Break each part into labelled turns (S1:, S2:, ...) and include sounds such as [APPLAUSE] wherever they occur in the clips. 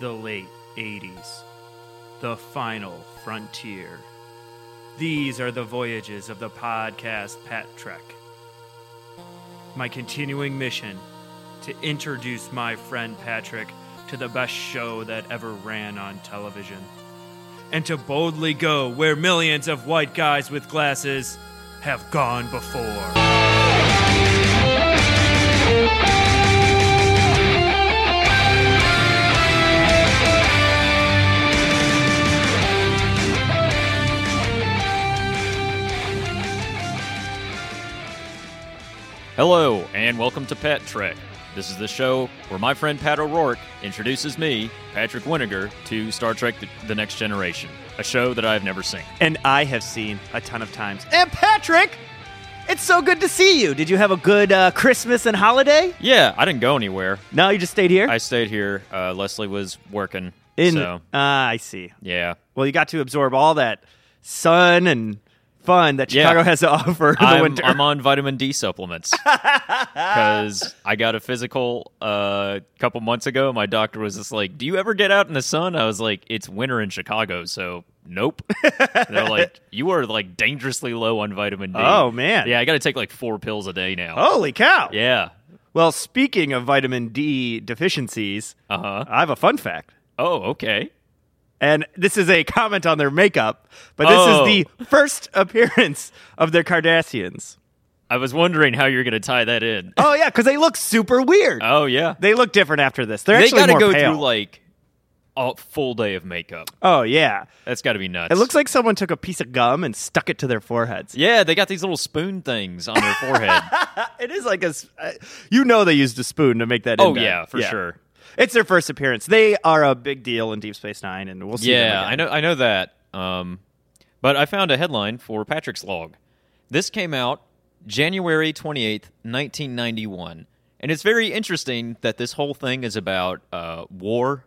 S1: the late 80s, the final frontier. These are the voyages of the podcast Pat Trek. My continuing mission to introduce my friend Patrick to the best show that ever ran on television, and to boldly go where millions of white guys with glasses have gone before.
S2: Hello, and welcome to Pet Trek. This is the show where my friend Pat O'Rourke introduces me, Patrick Winiger, to Star Trek The, the Next Generation, a show that I have never seen.
S3: and I have seen a ton of times.
S4: And Patrick, it's so good to see you. Did you have a good uh, Christmas and holiday?
S2: Yeah, I didn't go anywhere.
S4: No, you just stayed here.
S2: I stayed here. Uh, Leslie was working.
S4: In-
S2: so,
S4: Ah, I see.
S2: yeah.
S4: Well, you got to absorb all that sun and fun that
S2: Yeah.
S4: Chicago has to [LAUGHS] offer in the
S2: I'm,
S4: winter.
S2: I'm on vitamin
S4: [LAUGHS]
S2: D supplements because I got a physical uh, a couple months ago. My doctor was just like, "Do you ever get out in the sun?" I was like, "It's winter in Chicago, so nope." [LAUGHS] They're like, "You are like dangerously low on vitamin D."
S4: Oh, man. Oh.
S2: yeah, I got to take like four pills a day now.
S4: Holy cow!
S2: yeah,
S4: Well, speaking of vitamin D deficiencies,
S2: uh huh.
S4: I have a fun fact.
S2: Oh, okay.
S4: And this is a comment on their makeup, but this
S2: Oh.
S4: is the first [LAUGHS] appearance of their Cardassians.
S2: [LAUGHS] I was wondering how you're gonna tie that in.
S4: Oh yeah, because they look super weird.
S2: Oh yeah,
S4: They look different after this. They're
S2: they
S4: actually
S2: gotta
S4: more
S2: go
S4: pale.
S2: through like a full day of makeup.
S4: oh yeah,
S2: That's got to be nuts.
S4: It looks like someone took a piece of gum and stuck it to their foreheads.
S2: Yeah, they got these little spoon things on
S4: [LAUGHS]
S2: their forehead.
S4: It is like a, s- uh, you know, they used a spoon to make that.
S2: Oh
S4: indent.
S2: yeah, for sure.
S4: It's their first appearance. They are a big deal in Deep Space Nine, and we'll see. them
S2: Yeah, I
S4: again.
S2: know I know that. Um, but I found a headline for Patrick's log. This came out January 28th, 1991. And it's very interesting that this whole thing is about uh, war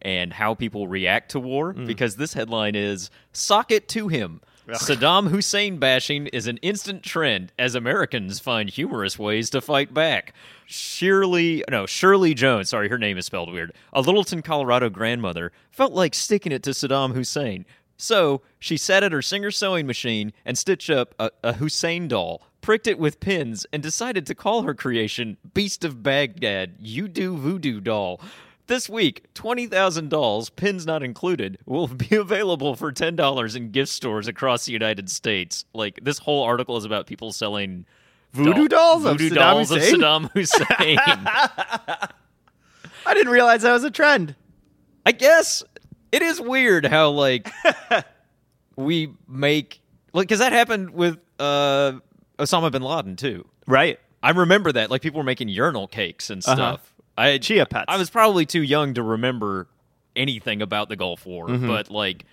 S2: and how people react to war because this headline is Socket to Him. Saddam Hussein bashing is an instant trend as Americans find humorous ways to fight back. Shirley, no, Shirley Jones, sorry, her name is spelled weird, a Littleton, Colorado grandmother, felt like sticking it to Saddam Hussein. So she sat at her Singer sewing machine and stitched up a, a Hussein doll, pricked it with pins, and decided to call her creation Beast of Baghdad, You Do Voodoo Doll. This week, 20,000 dolls, pins not included, will be [LAUGHS] available for $10 in gift stores across the United States. Like, this whole article is about people selling
S4: Voodoo dolls of
S2: voodoo
S4: Saddam
S2: dolls
S4: Hussein? [LAUGHS]
S2: of Saddam Hussein.
S4: I didn't realize that was a trend.
S2: I guess it is weird
S4: [LAUGHS]
S2: how, like, we make. Like, because that happened with uh, Osama bin Laden, too.
S4: Right.
S2: I remember that. Like people were making urinal cakes and stuff. I
S4: Uh-huh. Chia pets.
S2: I was probably too young to remember anything about the Gulf War,
S4: Mm-hmm.
S2: but like,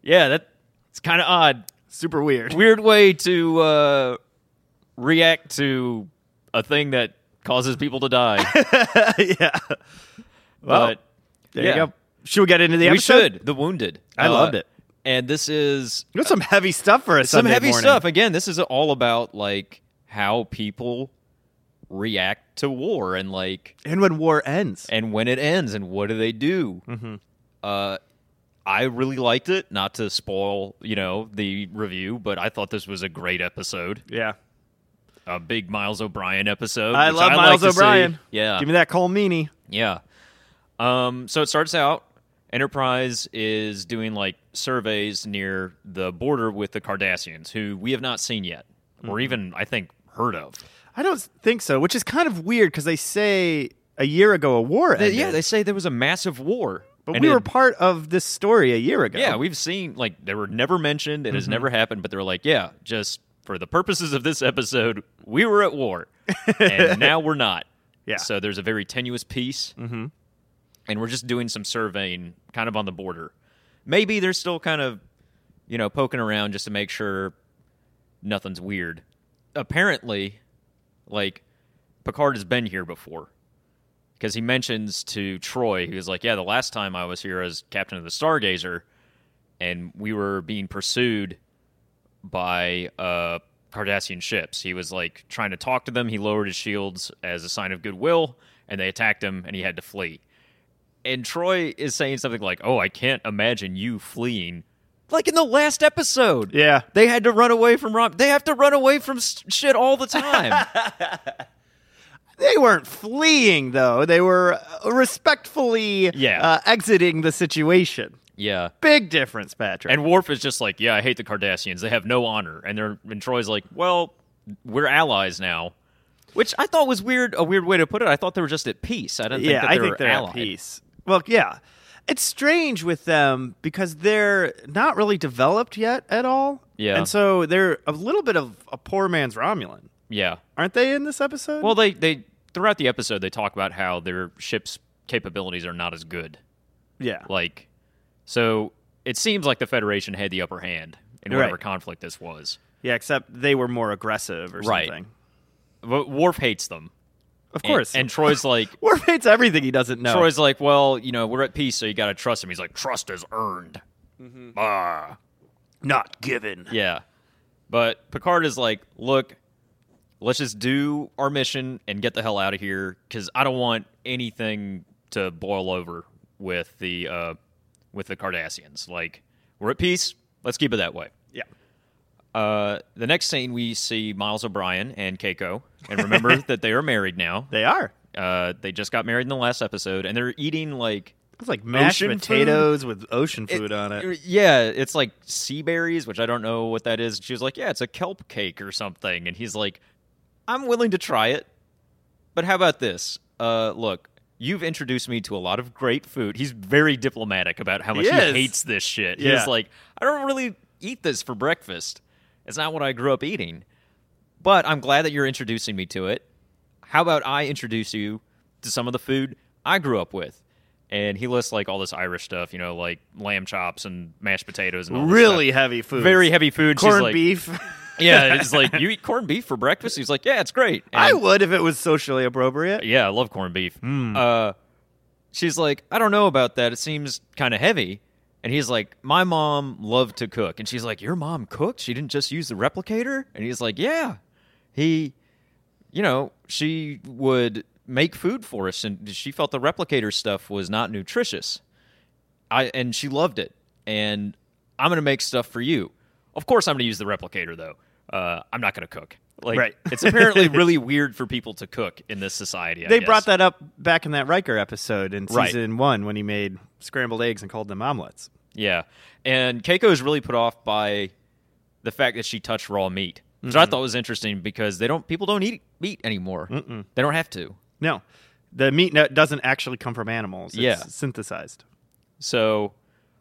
S2: yeah, that it's kind of odd,
S4: Super weird.
S2: weird way to uh, react to a thing that causes people
S4: [LAUGHS]
S2: to die.
S4: [LAUGHS] yeah.
S2: but
S4: There
S2: Yeah.
S4: you go. Should we get into the
S2: we
S4: episode?
S2: should the wounded. Uh,
S4: I loved it.
S2: and this is
S4: There's some heavy stuff for us.
S2: some heavy stuff. Again, this is all about like how people react to war and like
S4: And when war ends,
S2: and when it ends and what do they do
S4: Mm-hmm.
S2: uh, i really liked it not to spoil you know the review but i thought this was a great episode
S4: yeah.
S2: a big miles o'brien episode
S4: I
S2: which
S4: love
S2: like
S4: Miles
S2: to see.
S4: O'Brien.
S2: yeah
S4: Give me that Cole Meany.
S2: yeah um, so it starts out enterprise is doing like surveys near the border with the cardassians who we have not seen yet or even i think heard of
S4: I don't think so, which is kind of weird because they say a year ago a war ended.
S2: yeah they say there was a massive war
S4: But
S2: and
S4: we
S2: it-
S4: were part of this story a year ago. Mm-hmm.
S2: Yeah, we've seen like they were never mentioned. It has never happened, but they were like, yeah, just for the purposes of this episode, we were at
S4: [LAUGHS]
S2: war, and now we're not.
S4: Yeah.
S2: So there's a very tenuous piece, mm-hmm. and we're just doing some surveying, kind of on the border. Maybe they're still kind of, you know, poking around just to make sure nothing's weird. Apparently, like Picard has been here before because he mentions to Troy, he was like, "Yeah, the last time I was here as captain of the Stargazer, and we were being pursued by uh, Cardassian ships. He was like trying to talk to them. He lowered his shields as a sign of goodwill, and they attacked him, and he had to flee. and Troy is saying something like, "Oh, I can't imagine you fleeing." Like in the last episode.
S3: Yeah.
S2: They had to run away from Rob. They have to run away from s- shit all the time.
S4: They weren't fleeing though. They were uh, respectfully
S2: Yeah.
S4: uh, exiting the situation.
S2: yeah.
S4: Big difference, Patrick.
S2: And Worf is just like, "Yeah, I hate the Cardassians. They have no honor." And they're and Troy's like, "Well, we're allies now." Which I thought was weird, a weird way to put it. I thought they were just at peace. I didn't
S3: yeah,
S2: think that
S3: I
S2: they
S3: think
S2: were
S3: they're
S2: allied.
S3: at peace.
S4: well, yeah. It's strange with them because they're not really developed yet at all.
S2: Yeah.
S4: And so they're a little bit of a poor man's Romulan.
S2: Yeah.
S4: Aren't they in this episode?
S2: Well, they they throughout the episode they talk about how their ship's capabilities are not as good.
S4: yeah.
S2: Like, so it seems like the Federation had the upper hand in whatever
S4: Right.
S2: conflict this was.
S4: Yeah, except they were more aggressive or
S2: Right.
S4: something.
S2: But Worf hates them,
S4: Of
S2: And-
S4: course.
S2: And,
S3: [LAUGHS]
S2: Troy's like,
S4: Worf hates everything he doesn't know.
S2: Troy's like, well, you know, we're at peace, so you got to trust him. He's like, trust is earned. Ah.
S4: not given.
S2: Yeah. But Picard is like, look, let's just do our mission and get the hell out of here because I don't want anything to boil over with the uh, with the Cardassians. Like, we're at peace. Let's keep it that way.
S4: Yeah.
S2: Uh, the next scene, we see Miles O'Brien and Keiko, and remember that they are married now.
S4: They are.
S2: Uh, they just got married in the last episode, and they're eating like
S4: It's like mashed
S3: Ocean
S4: potatoes with ocean food on it.
S2: Yeah, it's like sea berries, which I don't know what that is. She was like, "Yeah, it's a kelp cake or something," and he's like, "I'm willing to try it, but how about this? Uh, look, you've introduced me to a lot of great food. He's very diplomatic about how much he,
S4: He is.
S2: hates this shit.
S4: Yeah.
S2: He's like, I don't really eat this for breakfast. It's not what I grew up eating. But I'm glad that you're introducing me to it. How about I introduce you to some of the food I grew up with? And he lists like all this Irish stuff, you know, like lamb chops and mashed potatoes and all this
S4: Really
S2: stuff.
S4: heavy food.
S2: very heavy food. She's
S4: corned
S2: like-
S4: beef. [LAUGHS]
S2: Yeah, it's like you eat corned beef for breakfast. He's like, yeah, it's great.
S4: I
S2: And-
S4: would if it was socially appropriate.
S2: yeah, I love corned beef. Uh, she's like, I don't know about that. It seems kind of heavy. And he's like, My mom loved to cook. And she's like, Your mom cooked? She didn't just use the replicator? And he's like, Yeah. He, you know, she would make food for us. And she felt the replicator stuff was not nutritious. I and she loved it. And I'm gonna make stuff for you. Of course, I'm gonna use the replicator though. Uh, I'm not gonna cook. Like
S4: Right. [LAUGHS]
S2: it's apparently really weird for people to cook in this society. I
S4: They
S2: guess.
S4: brought that up back in that Riker episode in
S2: Right.
S4: season one when he made scrambled eggs and called them omelets.
S2: Yeah, and Keiko is really put off by the fact that she touched raw meat, which
S4: Mm-hmm.
S2: I thought was interesting because they don't people don't eat meat anymore. They don't have to.
S4: No, the meat no- doesn't actually come from animals. It's
S2: Yeah.
S4: synthesized.
S2: So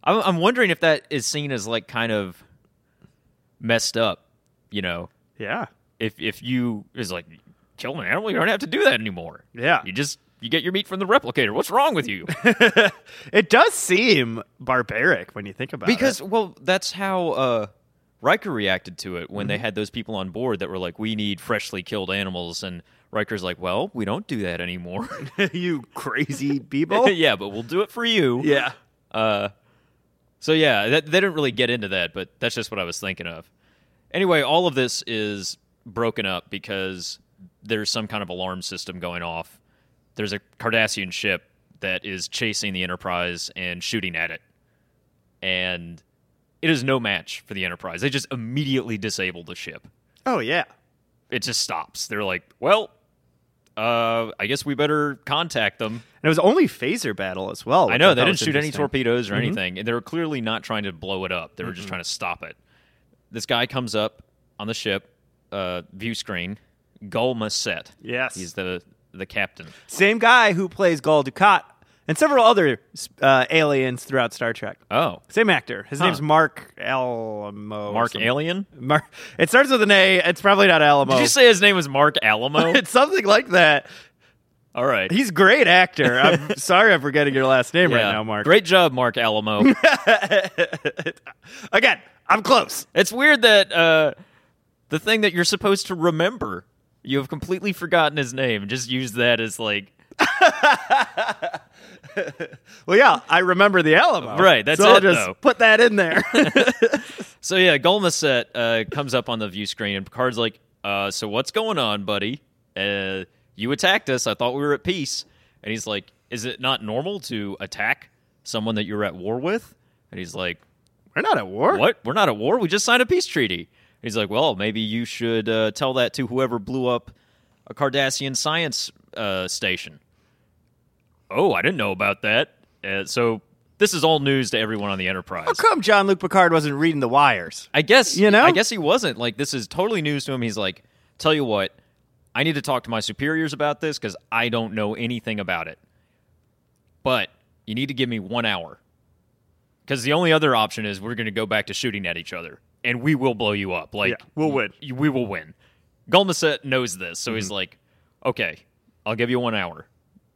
S2: I'm, I'm wondering if that is seen as like kind of messed up. You know,
S4: Yeah.
S2: if if you is like kill an animal, you don't have to do that anymore.
S4: Yeah.
S2: you just you get your meat from the replicator. What's wrong with you?
S4: It does seem barbaric when you think about it.
S2: because well that's how uh Riker reacted to it when they
S4: Mm-hmm.
S2: had those people on board that were like we need freshly killed animals and Riker's like well we don't do that anymore
S4: [LAUGHS] you crazy
S2: [LAUGHS]
S4: people.
S2: yeah but we'll do it for you
S4: yeah.
S2: uh so yeah that, they didn't really get into that but that's just what I was thinking of anyway all of this is broken up because there's some kind of alarm system going off there's a Cardassian ship that is chasing the Enterprise and shooting at it and it is no match for the Enterprise. They just immediately disable the ship.
S4: Oh, yeah.
S2: It just stops. They're like, well, uh, I guess we better contact them.
S4: And it was only phaser battle as well.
S2: I
S4: which
S2: know they
S4: thought
S2: didn't
S4: was
S2: shoot any
S4: interesting.
S2: torpedoes
S4: Mm-hmm.
S2: or anything, and they were clearly not trying to blow it up. They were just trying to stop it. This guy comes up on the ship, uh, view screen, Gulma Set.
S4: Yes.
S2: he's the the captain.
S4: Same guy who plays Gul Dukat and several other uh, aliens throughout Star Trek.
S2: Oh,
S4: Same actor. His
S2: Huh.
S4: name's Mark Alamo. or
S2: Mark
S4: something.
S2: Alien.
S4: Mar- it starts with an A. It's probably not Alamo.
S2: Did you say his name was Mark Alamo?
S4: [LAUGHS] it's something like that.
S2: All right.
S4: He's a great actor.
S2: [LAUGHS]
S4: I'm sorry I'm forgetting your last name right
S2: Yeah.
S4: now, Mark.
S2: Great job, Mark Alamo.
S4: [LAUGHS] Again, I'm close.
S2: It's weird that uh, the thing that you're supposed to remember, you have completely forgotten his name. Just use that as like
S4: Well, yeah, I remember the Alamo.
S2: Right, that's
S4: so I'll
S2: it,
S4: just
S2: though.
S4: put that in
S2: [LAUGHS]
S4: there.
S2: so. Yeah, Golmaset uh, comes up on the view screen, and Picard's like, uh, "So what's going on, buddy? Uh, you attacked us. I thought we were at peace." And he's like, is it not normal to attack someone that you're at war with? And he's like,
S4: We're not at war.
S2: What? We're not at war. We just signed a peace treaty. He's like, Well, maybe you should uh, tell that to whoever blew up a Cardassian science uh, station. Oh, I didn't know about that. Uh, so this is all news to everyone on the Enterprise.
S4: How come John Luke Picard wasn't reading the wires?
S2: I guess
S4: You know?
S2: I guess he wasn't. Like this is totally news to him. He's like, tell you what, I need to talk to my superiors about this because I don't know anything about it. But you need to give me one hour. Because the only other option is we're going to go back to shooting at each other, and we will blow you up. Like
S1: Yeah, we'll win.
S2: y- We will win. Gulmaset knows this, so
S4: Mm-hmm.
S2: he's like, "Okay, I'll give you one hour.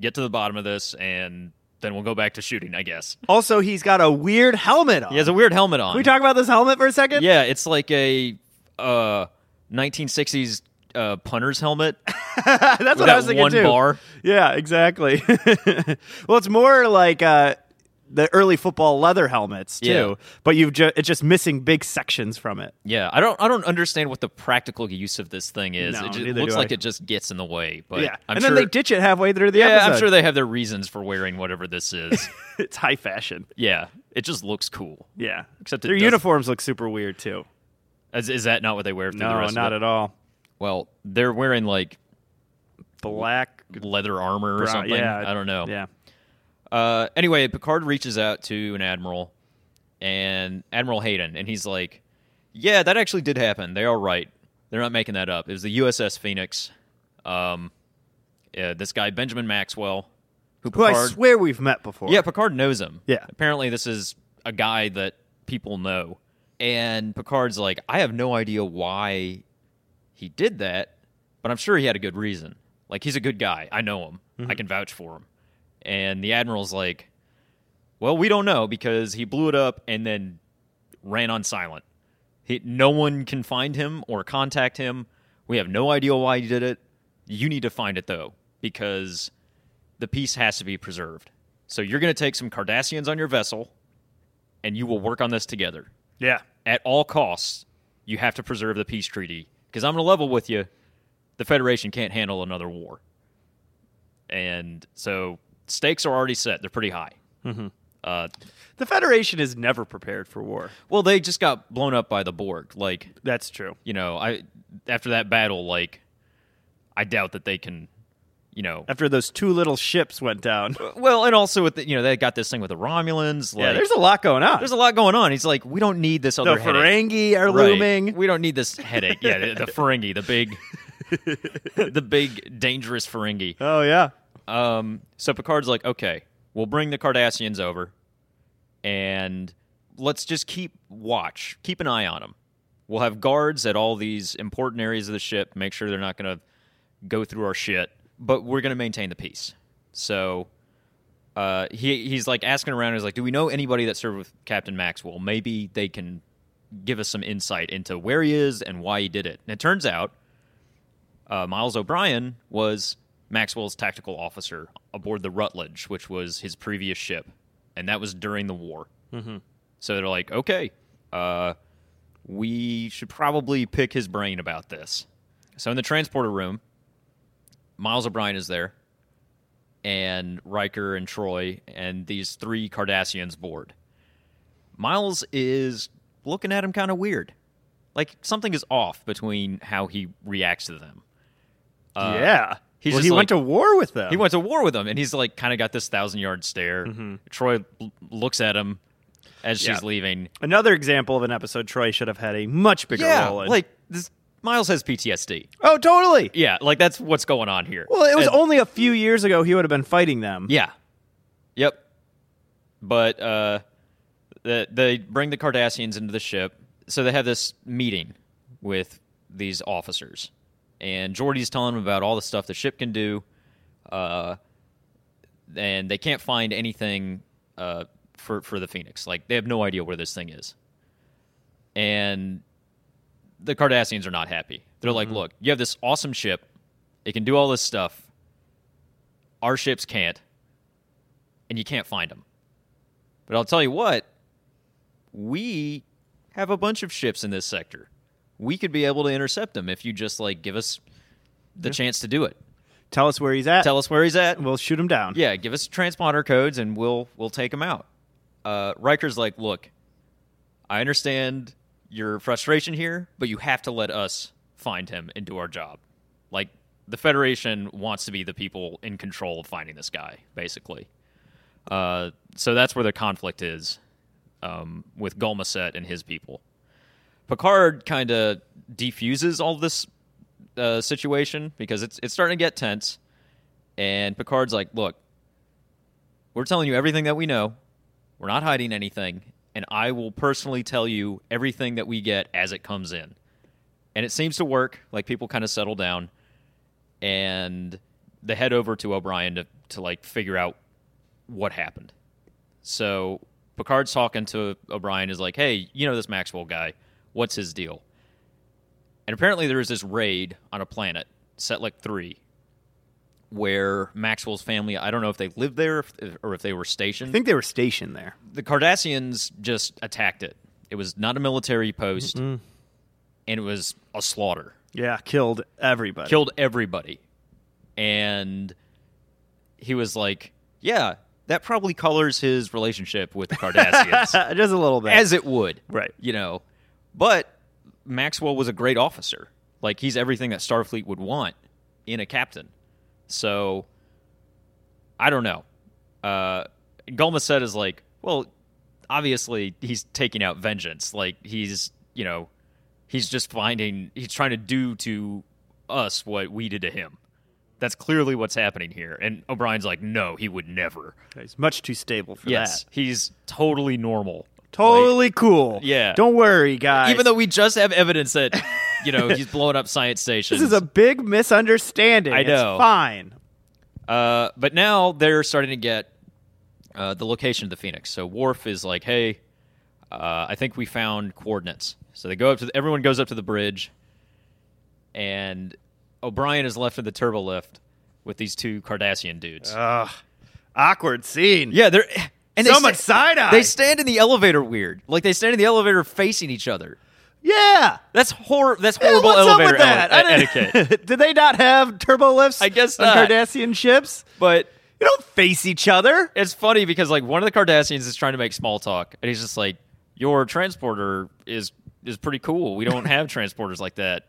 S2: Get to the bottom of this, and then we'll go back to shooting. I guess."
S4: Also, he's got a weird helmet on.
S2: He has a weird helmet on.
S4: Can we talk about this helmet for a second?
S2: Yeah, it's like a uh, 1960s uh, punter's helmet.
S4: [LAUGHS] [LAUGHS] that's what
S2: that
S4: I was thinking
S2: one
S4: too.
S2: bar.
S4: Yeah, exactly. [LAUGHS] well, it's more like uh, the early football leather helmets too,
S2: Yeah.
S4: but you've ju- it's just missing big sections from it.
S2: Yeah, I don't, I don't understand what the practical use of this thing is.
S4: No,
S2: it just
S4: neither
S2: looks
S4: do I.
S2: like it just gets in the way. But
S4: yeah,
S2: I'm
S4: and
S2: sure,
S4: then they ditch it halfway through the
S2: yeah,
S4: episode.
S2: I'm sure they have their reasons for wearing whatever
S4: [LAUGHS]
S2: this is.
S4: it's high fashion.
S2: yeah, it just looks cool.
S4: Yeah,
S2: Except it
S4: their
S2: doesn't-
S4: uniforms look super weird too.
S2: Is, is that not what they wear? Through the
S4: No,
S2: rest
S4: not
S2: of it?
S4: at all.
S2: Well, they're wearing like
S4: Black.
S2: leather armor or
S4: brown-
S2: something.
S4: yeah,
S2: I don't know.
S4: Yeah,
S2: Uh, anyway, Picard reaches out to an admiral, and Admiral Hayden, and he's like, "Yeah, that actually did happen. They are right. They're not making that up. It was the USS Phoenix. Um, yeah, this guy Benjamin Maxwell, who
S4: who
S2: Picard,
S4: I swear we've met before.
S2: yeah, Picard knows him.
S4: Yeah.
S2: apparently this is a guy that people know, and Picard's like, I have no idea why he did that, but I'm sure he had a good reason. Like he's a good guy. I know him. I can vouch for him. And the admiral's like, well, we don't know because he blew it up and then ran on silent. He, no one can find him or contact him. We have no idea why he did it. You need to find it though because the peace has to be preserved. So you're going to take some Cardassians on your vessel and you will work on this together
S1: Yeah.
S2: at all costs, you have to preserve the peace treaty because I'm going to level with you. The Federation can't handle another war, and so stakes are already set. They're pretty high.
S4: Mm-hmm.
S2: Uh,
S4: the Federation is never prepared for war.
S2: well, they just got blown up by the Borg. Like
S4: That's true.
S2: you know, I after that battle, like I doubt that they can, you know.
S4: After those two little ships went down.
S2: Well, and also with the, you know they got this thing with the Romulans. Like,
S4: yeah, there's a lot going on.
S2: there's a lot going on. He's like, we don't need this
S4: the
S2: other headache.
S4: Ferengi are
S2: Right.
S4: looming.
S2: We don't need this headache. Yeah, the, the Ferengi,
S4: [LAUGHS]
S2: the big, the big dangerous Ferengi.
S4: Oh yeah.
S2: Um, so Picard's like, okay, we'll bring the Cardassians over, and let's just keep watch, keep an eye on them. We'll have guards at all these important areas of the ship, make sure they're not going to go through our shit. But we're going to maintain the peace. So uh, he he's like asking around. He's like, "Do we know anybody that served with Captain Maxwell? Maybe they can give us some insight into where he is and why he did it." And it turns out, uh, Miles O'Brien was Maxwell's tactical officer aboard the Rutledge, which was his previous ship, and that was during the war. Mm-hmm. So they're like, "Okay, uh, we should probably pick his brain about this." So in the transporter room, Miles O'Brien is there and Riker and Troy and these three Cardassians board. Miles is looking at him kind of weird. Like something is off between how he reacts to them.
S4: yeah.
S2: he's
S4: well,
S2: just
S4: he
S2: like-
S4: went to war with them.
S2: He went to war with them and he's like kind of got this thousand yard stare. Troy l- looks at him as she's
S4: Mm-hmm. Yeah.
S2: leaving.
S4: Another example of an episode Troy should have had a much bigger
S2: Yeah,
S4: role in.
S2: like this, Miles has PTSD.
S4: oh, totally.
S2: Yeah, like that's what's going on here.
S4: Well, it was
S2: And-
S4: only a few years ago he would have been fighting them.
S2: Yeah. Yep. But uh, the, they bring the Cardassians into the ship, so they have this meeting with these officers, and Geordi's telling them about all the stuff the ship can do, uh, and they can't find anything uh, for for the Phoenix. Like they have no idea where this thing is, and the Cardassians are not happy. They're like, "Look, you have this awesome ship. It can do all this stuff. Our ships can't, and you can't find them." But I'll tell you what, we have a bunch of ships in this sector. We could be able to intercept them if you just like give us the chance to do it.
S4: Tell us where he's at.
S2: Tell us where he's at.
S4: we'll shoot him down.
S2: Yeah, give us transponder codes and we'll we'll take him out. Uh, Riker's like, look, I understand your frustration here, but you have to let us find him and do our job. Like the Federation wants to be the people in control of finding this guy, basically. Uh, so that's where the conflict is um, with Gulmaset and his people. Picard kind of defuses all this uh, situation because it's it's starting to get tense. And Picard's like, "Look, we're telling you everything that we know. We're not hiding anything, and I will personally tell you everything that we get as it comes in." And it seems to work. Like people kind of settle down, and they head over to O'Brien to to like figure out what happened. So Picard's talking to O'Brien is like, "Hey, you know this Maxwell guy? What's his deal?" And apparently there was this raid on a planet, Setlik 3, where Maxwell's family, I don't know if they lived there if- or if they were stationed.
S4: I think they were stationed there.
S2: the Cardassians just attacked it. It was not a military post, and it was a slaughter.
S4: Yeah, killed everybody.
S2: Killed everybody. And he was like, yeah, that probably colors his relationship with the Cardassians.
S4: Uh, Just a little bit.
S2: as it would.
S4: Right.
S2: You know, but Maxwell was a great officer. Like he's everything that Starfleet would want in a captain. So I don't know. Uh Gulma said is like, well, obviously he's taking out vengeance. Like he's, you know, he's just finding he's trying to do to us what we did to him. That's clearly what's happening here. And O'Brien's like, no, he would never.
S4: He's much too stable for
S2: Yes.
S4: that.
S2: He's totally normal. Like-
S4: Totally cool.
S2: Yeah.
S4: Don't worry, guys.
S2: even though we just have evidence that you know he's blowing up science
S4: [LAUGHS]
S2: stations.
S4: this is a big misunderstanding.
S2: I know.
S4: It's fine.
S2: uh, but now they're starting to get uh, the location of the Phoenix. So Worf is like, "Hey, uh, I think we found coordinates." So they go up to the, everyone goes up to the bridge, and O'Brien is left in the turbo lift with these two Cardassian dudes.
S4: Ugh. Awkward scene.
S2: yeah, they're and
S4: so
S2: they sta-
S4: much side eye.
S2: They stand in the elevator weird, like they stand in the elevator facing each other.
S4: yeah.
S2: That's hor- That's
S4: Yeah,
S2: horrible
S4: what's up
S2: elevator
S4: with that?
S2: ele-
S4: I didn't- [LAUGHS]
S2: etiquette. [LAUGHS]
S4: Did they not have turbo lifts?
S2: I guess
S4: on
S2: not.
S4: Cardassian ships.
S2: But
S4: You don't face each other.
S2: it's funny because like one of the Cardassians is trying to make small talk, and he's just like, "Your transporter is is pretty cool. We don't have transporters like that.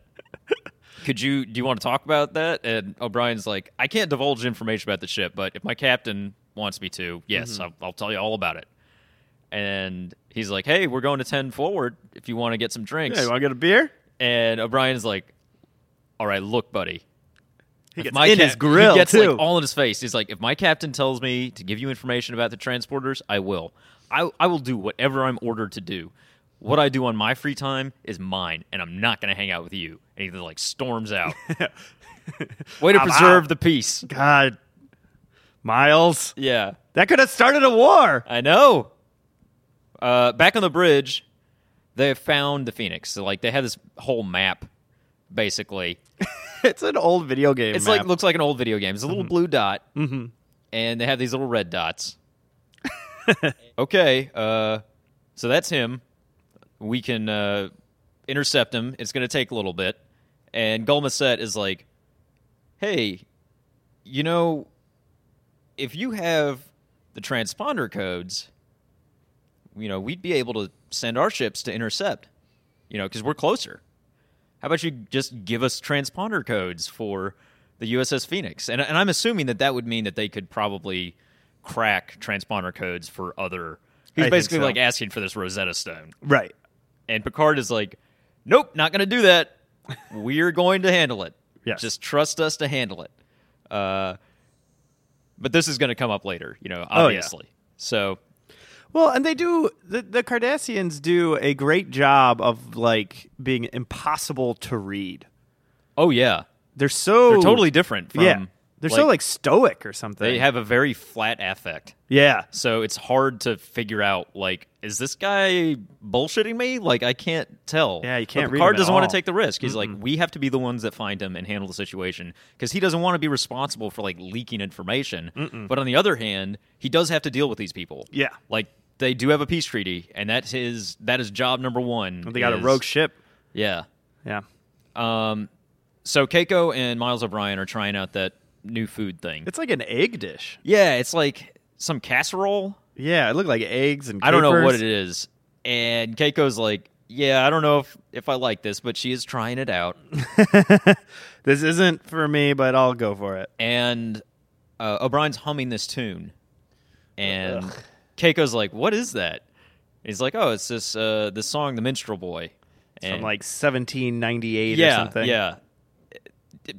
S2: Could you do you want to talk about that?" And O'Brien's like, "I can't divulge information about the ship, but if my captain wants me to, yes, I'll, I'll tell you all about it." And he's like, "Hey, we're going to ten forward. If you want to get some drinks."
S4: Hey, want to get a beer?
S2: and O'Brien's like, "All right, look, buddy." He
S4: gets in his grill,
S2: He gets
S4: too.
S2: like all in his face. He's like, "If my captain tells me to give you information about the transporters, I will. I I will do whatever I'm ordered to do. What I do on my free time is mine, and I'm not going to hang out with you." And he like
S4: [LAUGHS]
S2: storms out. Way to
S4: I'm
S2: preserve
S4: out.
S2: the peace.
S4: God, Miles,
S2: Yeah,
S4: that could have started a war. [LAUGHS]
S2: I know. Uh, back on the bridge, they have found the Phoenix. So like they have this whole map, basically.
S4: It's an old video game.
S2: It's
S4: map.
S2: like looks like an old video game. It's a little blue dot, mm-hmm. and they have these little red dots. okay, uh, so that's him. We can uh, intercept him. It's going to take a little bit. And Gulmaset is like, "Hey, you know, if you have the transponder codes, you know, we'd be able to send our ships to intercept. You know, because we're closer." How about you just give us transponder codes for the USS Phoenix? And, and I'm assuming that that would mean that they could probably crack transponder codes for other.
S4: I
S2: He's
S4: think
S2: basically
S4: so.
S2: like asking for this Rosetta Stone.
S4: right.
S2: And Picard is like, nope, not going to do that. We're going to handle it.
S4: [LAUGHS] Yes.
S2: Just trust us to handle it. Uh, but this is going to come up later, you know,
S4: Oh, yeah.
S2: obviously. So,
S4: Well, and they do the, the Cardassians do a great job of like being impossible to read.
S2: oh, yeah.
S4: They're so
S2: They're totally different from.
S4: yeah. They're so like stoic or something.
S2: They have a very flat affect.
S4: yeah.
S2: So it's hard to figure out like, is this guy bullshitting me? Like I can't tell.
S4: Yeah, you
S2: But
S4: can't read him
S2: Picard
S4: at
S2: doesn't want
S4: all.
S2: to take the risk. He's like, we have to be the ones that find him and handle the situation because he doesn't want to be responsible for like leaking information. But on the other hand, he does have to deal with these people.
S4: Yeah.
S2: like they do have a peace treaty, and that's his that is job number one.
S4: They got a
S2: is-
S4: rogue ship.
S2: Yeah.
S4: Yeah.
S2: Um, so Keiko and Miles O'Brien are trying out that new food thing.
S4: It's like an egg dish.
S2: yeah, it's like some casserole.
S4: Yeah, it looked like eggs and.
S2: I don't know what
S4: capers.
S2: it is. And Keiko's like, yeah, I don't know if, if I like this, but she is trying it out.
S4: This isn't for me, but I'll go for it.
S2: And uh, O'Brien's humming this tune. And Keiko's like, what is that? He's like, oh, it's this uh, this song, The Minstrel Boy. And
S4: From like 1798
S2: yeah,
S4: or something.
S2: yeah.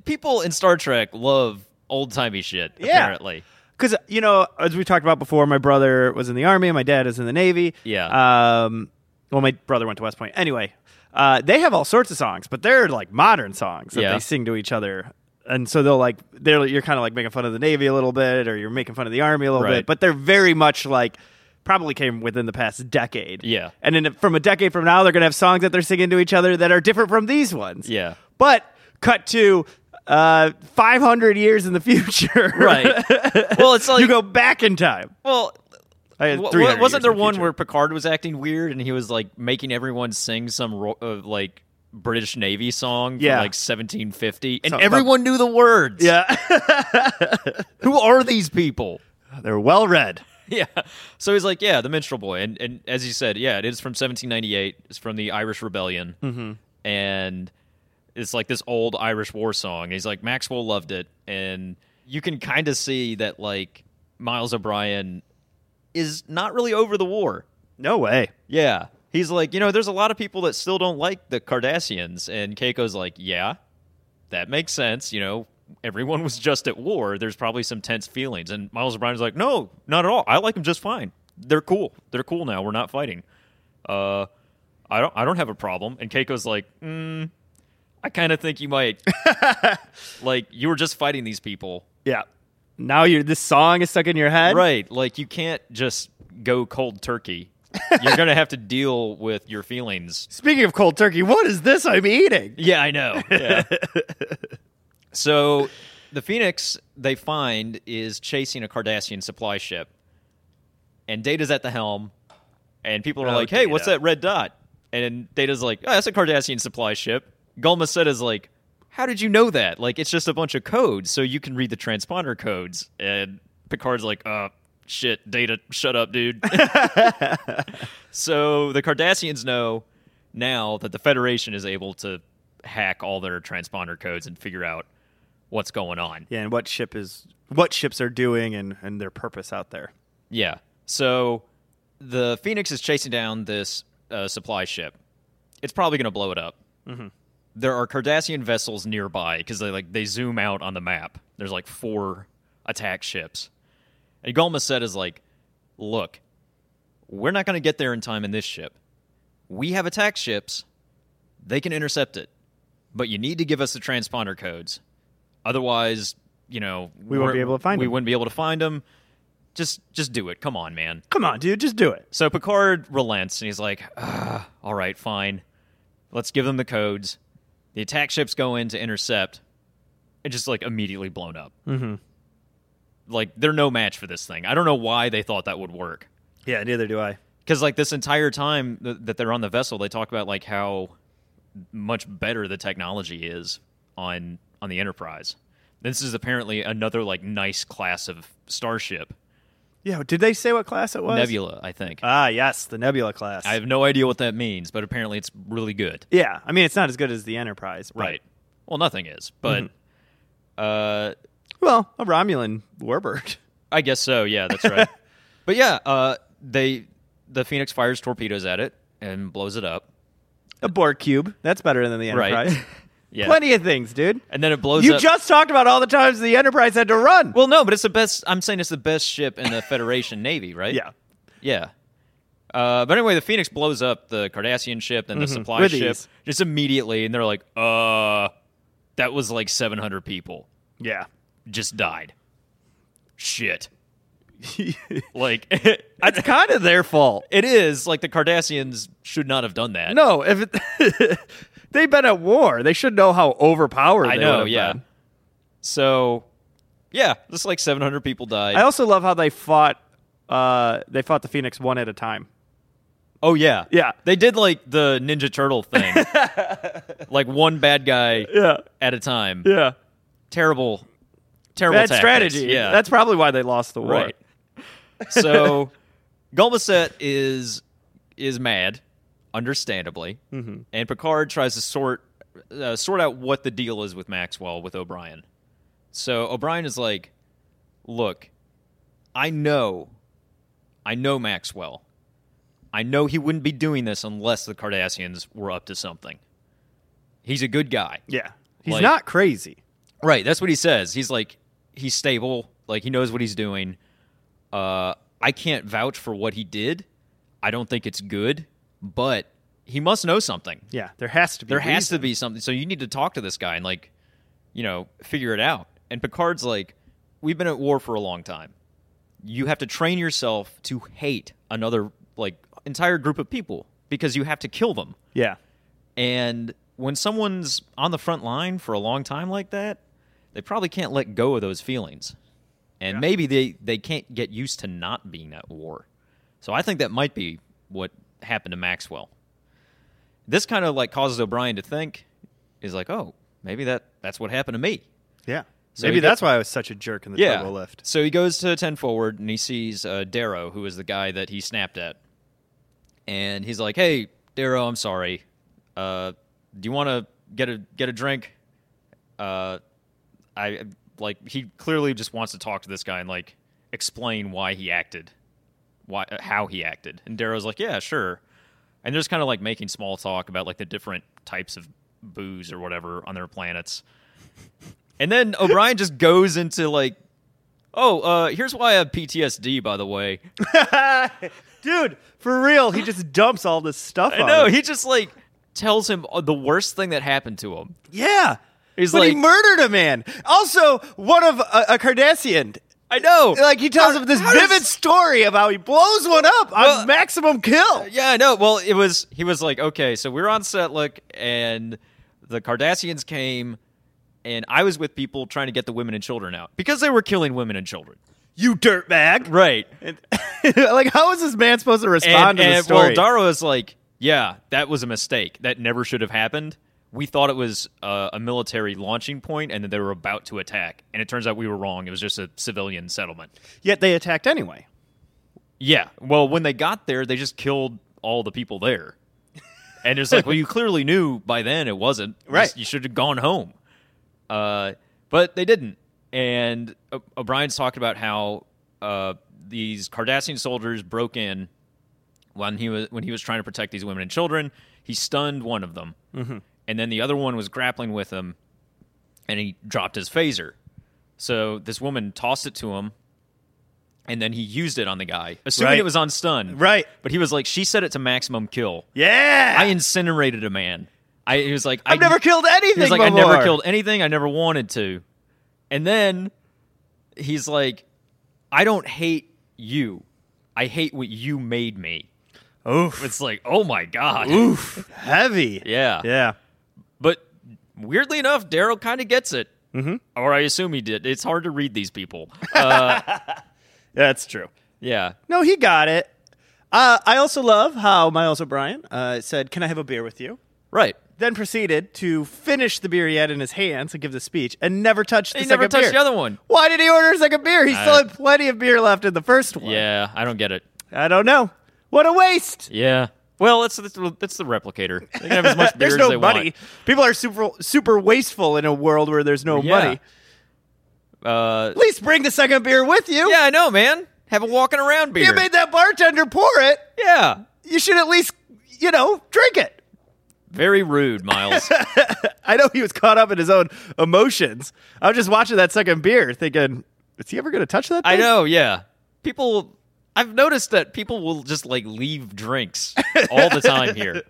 S2: People in Star Trek love old timey shit,
S4: Yeah.
S2: apparently.
S4: because you know as we talked about before my brother was in the army and my dad is in the navy
S2: Yeah.
S4: um well my brother went to west point anyway uh they have all sorts of songs but they're like modern songs that
S2: Yeah.
S4: they sing to each other and so they'll like they're you're kind of like making fun of the navy a little bit or you're making fun of the army a little
S2: Right.
S4: bit but they're very much like probably came within the past decade
S2: Yeah.
S4: and then from a decade from now they're gonna have songs that they're singing to each other that are different from these ones
S2: Yeah.
S4: but cut to uh 500 years in the future [LAUGHS]
S2: Right. well, it's like,
S4: you go back in time.
S2: well,
S4: I had
S2: Wa-
S4: 300
S2: wa- wasn't
S4: years in
S2: there
S4: the
S2: one
S4: future.
S2: where Picard was acting weird and he was like making everyone sing some ro- uh, like British Navy song
S4: Yeah.
S2: from like 1750 and
S4: Something about-
S2: everyone knew the words?
S4: Yeah, [LAUGHS]
S2: Who are these people?
S4: they're well read.
S2: Yeah. So he's like, yeah, the minstrel boy. And and as you said, yeah, it is from 1798. It's from the Irish Rebellion. Mm-hmm. And it's like this old Irish war song. He's like, Maxwell loved it. And you can kind of see that, like, Miles O'Brien is not really over the war.
S4: No way.
S2: Yeah. He's like, you know, there's a lot of people that still don't like the Cardassians. And Keiko's like, yeah, that makes sense. You know, everyone was just at war. There's probably some tense feelings. And Miles O'Brien's like, no, not at all. I like them just fine. They're cool. They're cool now. We're not fighting. Uh, I don't. I don't have a problem. And Keiko's like, mm, I kind of think you might. like you were just fighting these people,
S4: Yeah. Now you this song is stuck in your head.
S2: right? Like you can't just go cold turkey. You're gonna have to deal with your feelings
S4: Speaking of cold turkey, what is this I'm eating?
S2: Yeah, I know. Yeah. so the Phoenix they find is chasing a Cardassian supply ship, and Data's at the helm, and people are
S4: Oh,
S2: like, "Hey, what's
S4: Data.
S2: that red dot?" And Data's like, "Oh, that's a Cardassian supply ship." Gulma said is like, "How did you know that? Like, it's just a bunch of codes, so you can read the transponder codes." And Picard's like, "Uh." Shit, Data, shut
S4: [LAUGHS]
S2: up, dude. So the Cardassians know now that the Federation is able to hack all their transponder codes and figure out what's going on.
S4: Yeah, and what ship is what ships are doing and and their purpose out there.
S2: Yeah. So the Phoenix is chasing down this uh, supply ship. It's probably going to blow it up.
S4: Mm-hmm.
S2: There are Cardassian vessels nearby because they like they zoom out on the map. There's like four attack ships. And Gulma said is like, look, we're not going to get there in time in this ship. We have attack ships. They can intercept it, but you need to give us the transponder codes. Otherwise, you know,
S4: We won't
S2: we're-
S4: be able to find
S2: We
S4: them."
S2: wouldn't be able to find them just just do it. Come on, man.
S4: Come on, dude, just do it.
S2: So Picard relents and he's like, "Ugh, all right, fine. Let's give them the codes. The attack ships go in to intercept and just like immediately blown up. Mm-hmm. Like they're no match for this thing. I don't know why they thought that would work.
S4: Yeah, neither do I.
S2: Because like this entire time th- that they're on the vessel, they talk about like how much better the technology is on on the Enterprise. This is apparently another like nice class of starship,
S4: Yeah, did they say what class it was?
S2: Nebula, I think.
S4: Ah, yes, the Nebula class.
S2: I have no idea what that means, but apparently it's really good.
S4: yeah, I mean it's not as good as the Enterprise, but-
S2: Right. Well, nothing is, but
S4: Mm-hmm.
S2: uh,
S4: Well, a Romulan warbird. [LAUGHS]
S2: I guess so. Yeah, that's right. but yeah, uh, they the Phoenix fires torpedoes at it and blows it up.
S4: A Borg cube. That's better than the
S2: Right.
S4: Enterprise.
S2: [LAUGHS] Yeah,
S4: Plenty of things, dude.
S2: and then it blows.
S4: You
S2: up.
S4: just talked about all the times the Enterprise had to run.
S2: well, no, but it's the best. I'm saying it's the best ship in the Federation [LAUGHS] Navy, right? yeah. Uh, but anyway, the Phoenix blows up the Cardassian ship and the supply
S4: Mm-hmm. With
S2: ship
S4: ease.
S2: just immediately, and they're like, "Uh, that was like 700 people." [LAUGHS]
S4: Yeah.
S2: just died. Shit.
S4: it's
S2: Like [LAUGHS]
S4: kind of their fault.
S2: it is like the Cardassians should not have done that.
S4: No, if it, [LAUGHS] they've been at war, they should know how overpowered
S2: I
S4: they would
S2: know,
S4: have
S2: yeah.
S4: been.
S2: So yeah, just like 700 people died.
S4: I also love how they fought. Uh, they fought the Phoenix one at a time.
S2: oh yeah.
S4: Yeah.
S2: They did like the Ninja
S4: [LAUGHS]
S2: Turtle thing. like one bad guy
S4: Yeah,
S2: at a time.
S4: yeah.
S2: Terrible terrible
S4: Bad
S2: tactics.
S4: strategy.
S2: Yeah,
S4: That's probably why they lost the war.
S2: right. so, Gulbaset is is mad, understandably, and Picard tries to sort uh, sort out what the deal is with Maxwell with O'Brien. So O'Brien is like, "Look, I know, I know Maxwell. I know he wouldn't be doing this unless the Cardassians were up to something. He's a good guy.
S4: Yeah. He's
S2: Like-
S4: not crazy.
S2: Right, that's what he says. He's like he's stable, like he knows what he's doing. Uh I can't vouch for what he did. I don't think it's good, but he must know something.
S4: Yeah. There has to be.
S2: There has to be something. So you need to talk to this guy and like, you know, figure it out. And Picard's like, we've been at war for a long time. You have to train yourself to hate another like entire group of people because you have to kill them.
S4: Yeah.
S2: And when someone's on the front line for a long time like that, they probably can't let go of those feelings. And maybe they, they can't get used to not being at war. So I think that might be what happened to Maxwell. This kind of like causes O'Brien to think is like, oh, maybe that, that's what happened to me.
S4: Yeah.
S2: So
S4: Maybe
S2: he
S4: that's why I was such a jerk in the turbo lift. [LAUGHS]
S2: So he goes to 10 forward and he sees uh, Darrow, who is the guy that he snapped at. And he's like, hey, Darrow, I'm sorry. Uh, do you want to get a get a drink? Uh, I like he clearly just wants to talk to this guy and like explain why he acted, why uh, how he acted. And Darrow's like, yeah, sure. And they're just kind of like making small talk about like the different types of booze or whatever on their planets. And then O'Brien just goes into like, oh, uh, here's why I have PTSD, by the way.
S4: Dude, for real, he just dumps all this stuff
S2: I know. He just like tells him uh, the worst thing that happened to him.
S4: yeah.
S2: He's
S4: but he
S2: like-
S4: murdered a man. Also, one of a, a Cardassian.
S2: I know.
S4: Like he tells him this
S2: how
S4: vivid
S2: does-
S4: story of how he blows one up on maximum kill.
S2: Yeah, I know. Well, it was he was like, okay, so we were on Setlick, and the Cardassians came, and I was with people trying to get the women and children out because they were killing women and children.
S4: You dirtbag.
S2: Right.
S4: [LAUGHS] like, how is this man supposed to respond
S2: And,
S4: to
S2: and
S4: this story?
S2: well, Darrow is like, yeah, that was a mistake. That never should have happened. We thought it was uh, a military launching point, and that they were about to attack. And it turns out we were wrong. It was just a civilian settlement.
S4: Yet they attacked anyway.
S2: Yeah. Well, when they got there, they just killed all the people there. And it's like, well, you clearly knew by then it wasn't. You
S4: Right.
S2: s- You should have gone home. Uh, but they didn't. And O- O'Brien's talking about how uh, these Cardassian soldiers broke in when he was when he was trying to protect these women and children. He stunned one of them, and then the other one was grappling with him, and he dropped his phaser. So this woman tossed it to him, and then he used it on the guy, assuming
S4: Right.
S2: it was on stun.
S4: Right.
S2: But he was like, she said it to maximum kill.
S4: Yeah.
S2: I incinerated a man. I he was like,
S4: I've never killed anything
S2: He was like, I
S4: before.
S2: never killed anything. I never wanted to. And then he's like, I don't hate you. I hate what you made me.
S4: Oof.
S2: It's like, oh my god.
S4: Oof. Heavy.
S2: Yeah.
S4: Yeah.
S2: But weirdly enough, Daryl kind of gets it. Mm-hmm. Or I assume he did. It's hard to read these [LAUGHS] people. Uh,
S4: That's true.
S2: yeah.
S4: No, he got it. Uh, I also love how Miles O'Brien uh, said, Can I have a beer with you?
S2: Right.
S4: Then proceeded to finish the beer he had in his hands and give the speech and never touched the
S2: He never
S4: second
S2: touched
S4: beer.
S2: the other one.
S4: Why did he order a second beer? He still
S2: I-
S4: had plenty of beer left in the first one.
S2: Yeah. I don't get it.
S4: I don't know. What a waste.
S2: Yeah. Well, that's that's, that's the replicator. They can have as [LAUGHS] much
S4: [LAUGHS]
S2: beer
S4: there's
S2: as
S4: no
S2: they
S4: money.
S2: want.
S4: People are super super wasteful in a world where there's no
S2: Yeah.
S4: money.
S2: Uh,
S4: At least bring the second beer with you.
S2: yeah, I know, man. Have a walking around beer.
S4: You made that bartender pour it.
S2: yeah.
S4: You should at least, you know, drink it. [LAUGHS]
S2: Very rude, [LAUGHS] Miles.
S4: I know he was caught up in his own emotions. I was just watching that second beer thinking, is he ever going to touch that?
S2: I
S4: thing?"
S2: know, yeah. People I've noticed that people will just like leave drinks all the time [LAUGHS] here.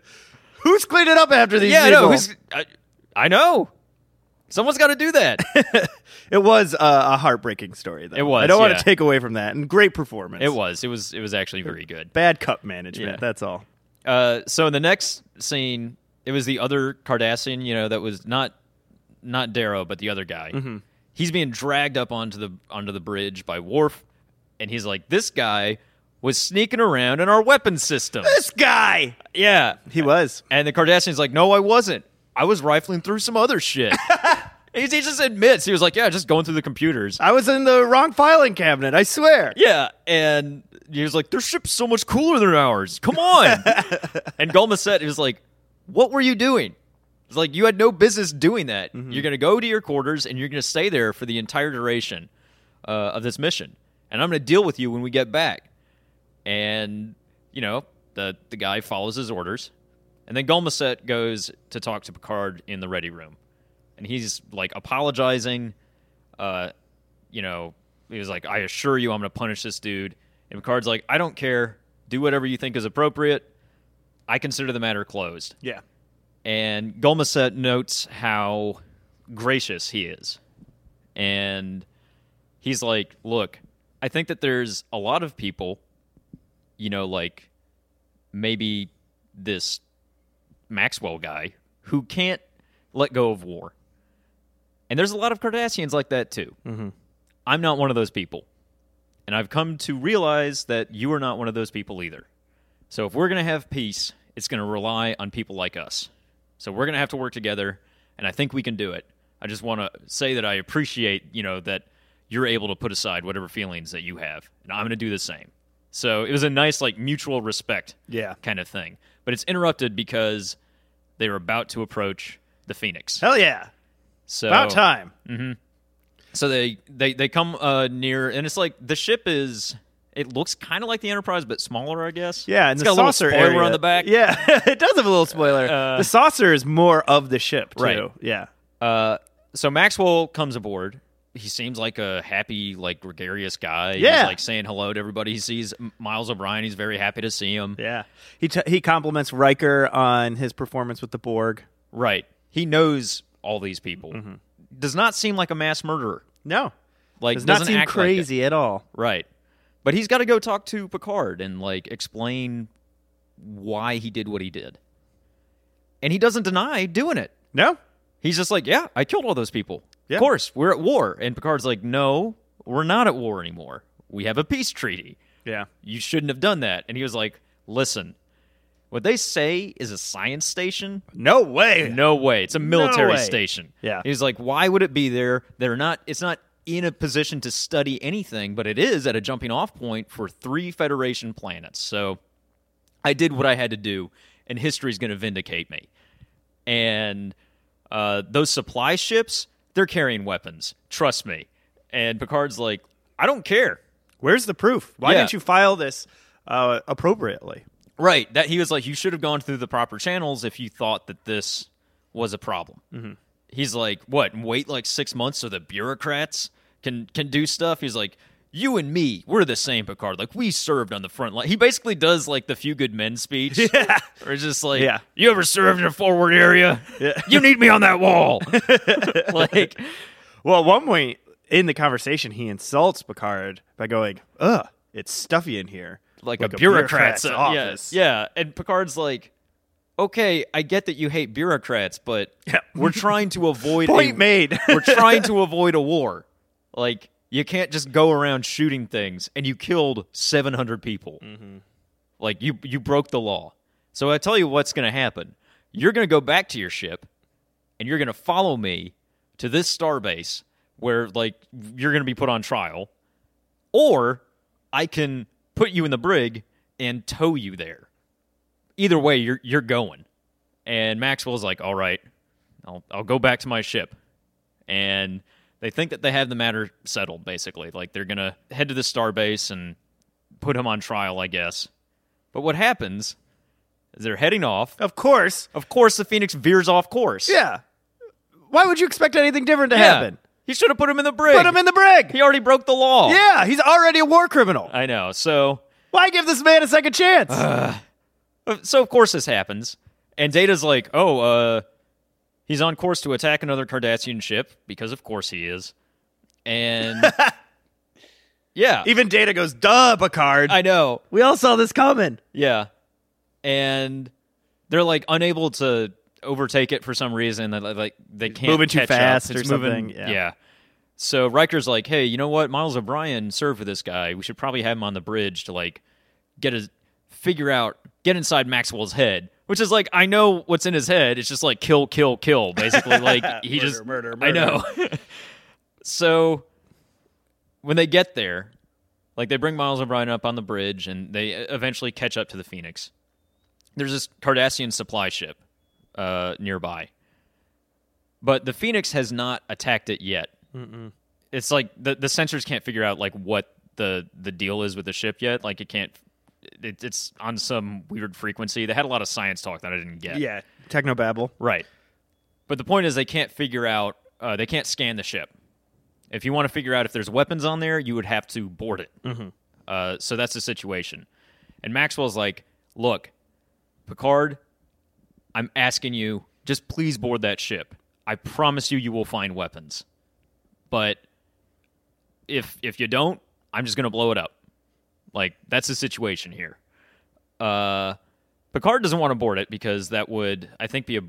S4: Who's cleaning up after these
S2: yeah, I
S4: people?
S2: know. Who's, I, I know. Someone's got to do that.
S4: [LAUGHS] It was uh, a heartbreaking story, though.
S2: It was,
S4: I don't want
S2: yeah.
S4: to take away from that. And great performance.
S2: it was. It was it was actually very good.
S4: Bad cup management.
S2: Yeah.
S4: That's all.
S2: Uh, so in the next scene, it was the other Cardassian, you know, that was not not Darrow, but the other guy. He's being dragged up onto the onto the bridge by Worf, and he's like, "This guy was sneaking around in our weapon system."
S4: This guy.
S2: yeah,
S4: He was.
S2: and the Cardassian's like, "No, I wasn't. I was rifling through some other shit." He, he just admits he was like, "Yeah, just going through the computers."
S4: I was in the wrong filing cabinet. I swear.
S2: Yeah, and he was like, "Their ship's so much cooler than ours. Come on!" and Golmasset was like, "What were you doing?" It's like you had no business doing that. You're going to go to your quarters and you're going to stay there for the entire duration uh, of this mission, and I'm going to deal with you when we get back. And you know, the the guy follows his orders, and then Golmasset goes to talk to Picard in the ready room, and he's like apologizing. Uh, you know, he was like, I assure you I'm going to punish this dude. And Picard's like, I don't care. Do whatever you think is appropriate. I consider the matter closed.
S4: Yeah.
S2: And Golmaset notes how gracious he is. And he's like, Look, I think that there's a lot of people, you know, like maybe this Maxwell guy who can't let go of war. And there's a lot of Cardassians like that too. I'm not one of those people. And I've come to realize that you are not one of those people either. So if we're going to have peace, it's going to rely on people like us. So we're going to have to work together, and I think we can do it. I just want to say that I appreciate, you know, that you're able to put aside whatever feelings that you have, and I'm going to do the same. So it was a nice like mutual respect
S4: Yeah.
S2: kind of thing. But it's interrupted because they were about to approach the Phoenix.
S4: Hell yeah.
S2: So mm.
S4: About time.
S2: so they they they come uh, near, and it's like the ship is. It looks kind of like the Enterprise, but smaller, I guess.
S4: Yeah, and
S2: it's
S4: the
S2: got a little
S4: saucer
S2: spoiler
S4: area-
S2: on the back. Uh,
S4: Yeah, [LAUGHS] it does have a little spoiler. the saucer is more of the ship, too.
S2: Right.
S4: Yeah.
S2: Uh, so Maxwell comes aboard. He seems like a happy, like gregarious guy.
S4: Yeah.
S2: He's like saying hello to everybody. He sees M- Miles O'Brien. He's very happy to see him.
S4: Yeah. He t- he compliments Riker on his performance with the Borg.
S2: Right. He knows all these people.
S4: Mm-hmm.
S2: Does not seem like a mass murderer.
S4: No.
S2: Like
S4: Does not
S2: doesn't
S4: seem
S2: act like it.
S4: crazy at all.
S2: Right. But he's got to go talk to Picard and like explain why he did what he did. And he doesn't deny doing it.
S4: No.
S2: He's just like, "Yeah, I killed all those people.
S4: Yeah.
S2: Of course, we're at war." And Picard's like, "No, we're not at war anymore. We have a peace treaty.
S4: Yeah.
S2: You shouldn't have done that." And he was like, "Listen, what they say is a science station.
S4: No way.
S2: No way. It's a military
S4: way.
S2: station."
S4: Yeah.
S2: He's like, "Why would it be there? They're not. It's not." In a position to study anything, but it is at a jumping off point for three Federation planets. So I did what I had to do, and history's going to vindicate me. And uh, those supply ships, they're carrying weapons. Trust me. And Picard's like, I don't care.
S4: Where's the proof? Why
S2: Yeah.
S4: didn't you file this uh, appropriately?
S2: Right. That he was like, you should have gone through the proper channels if you thought that this was a problem. Mm-hmm. He's like, what? Wait like six months so the bureaucrats can can do stuff. He's like, you and me, we're the same, Picard. Like we served on the front line. He basically does like the few good men speech. [LAUGHS] Yeah. Or it's just like,
S4: Yeah.
S2: you ever served in a forward area? You need me on that [LAUGHS] wall. like,
S4: Well, at one point in the conversation, he insults Picard by going, "Ugh, it's stuffy in here,
S2: like, a, bureaucrat's,
S4: office."
S2: Yeah, yeah, and Picard's like, okay, I get that you hate bureaucrats, but we're trying [LAUGHS] to avoid
S4: Point
S2: a,
S4: made.
S2: [LAUGHS] we're trying to avoid a war. Like you can't just go around shooting things, and you killed seven hundred people. Like you you broke the law. So I tell you what's going to happen. You're going to go back to your ship, and you're going to follow me to this starbase where like you're going to be put on trial, or I can put you in the brig and tow you there. Either way, you're you're going. And Maxwell's like, "All right, I'll I'll go back to my ship." And they think that they have the matter settled basically. Like they're going to head to the starbase and put him on trial, I guess. But what happens is they're heading off.
S4: [LAUGHS] of course.
S2: Of course, the Phoenix veers off course.
S4: Yeah. Why would you expect anything different to
S2: Yeah.
S4: happen?
S2: He should have put him in the brig.
S4: Put him in the brig.
S2: He already broke the law.
S4: Yeah, he's already a war criminal.
S2: I know. So
S4: Why give this man a second chance?
S2: Uh, so of course this happens and data's like oh uh he's on course to attack another cardassian ship because of course he is
S4: [LAUGHS]
S2: and yeah
S4: Even Data goes, "Duh, Picard.
S2: i know
S4: we all saw this coming."
S2: yeah and they're like unable to overtake it for some reason that like they can't
S4: moving too
S2: catch
S4: fast
S2: up.
S4: or
S2: It's moving-
S4: something, yeah.
S2: so riker's like hey you know what miles o'brien served for this guy we should probably have him on the bridge to like get his figure out get inside maxwell's head Which is like I know what's in his head. It's just like kill, kill, kill. Basically,
S5: [LAUGHS]
S2: like he
S5: Murder,
S2: just
S5: murder,
S2: I
S5: murder.
S2: know. [LAUGHS] so when they get there, like they bring Miles O'Brien up on the bridge, and they uh, eventually catch up to the Phoenix. There's this Cardassian supply ship uh, nearby, but the Phoenix has not attacked it yet. It's like the the sensors can't figure out like what the the deal is with the ship yet. Like it can't. It, it's on some weird frequency. They had a lot of science talk that I didn't get.
S4: Yeah, technobabble.
S2: Right. But the point is, they can't figure out, uh, they can't scan the ship. If you want to figure out if there's weapons on there, you would have to board it. Mm-hmm. Uh, so that's the situation. And Maxwell's like, look, Picard, I'm asking you, just please board that ship. I promise you, you will find weapons. But if if you don't, I'm just gonna blow it up. Like that's the situation here. Uh, Picard doesn't want to board it because that would, I think, be a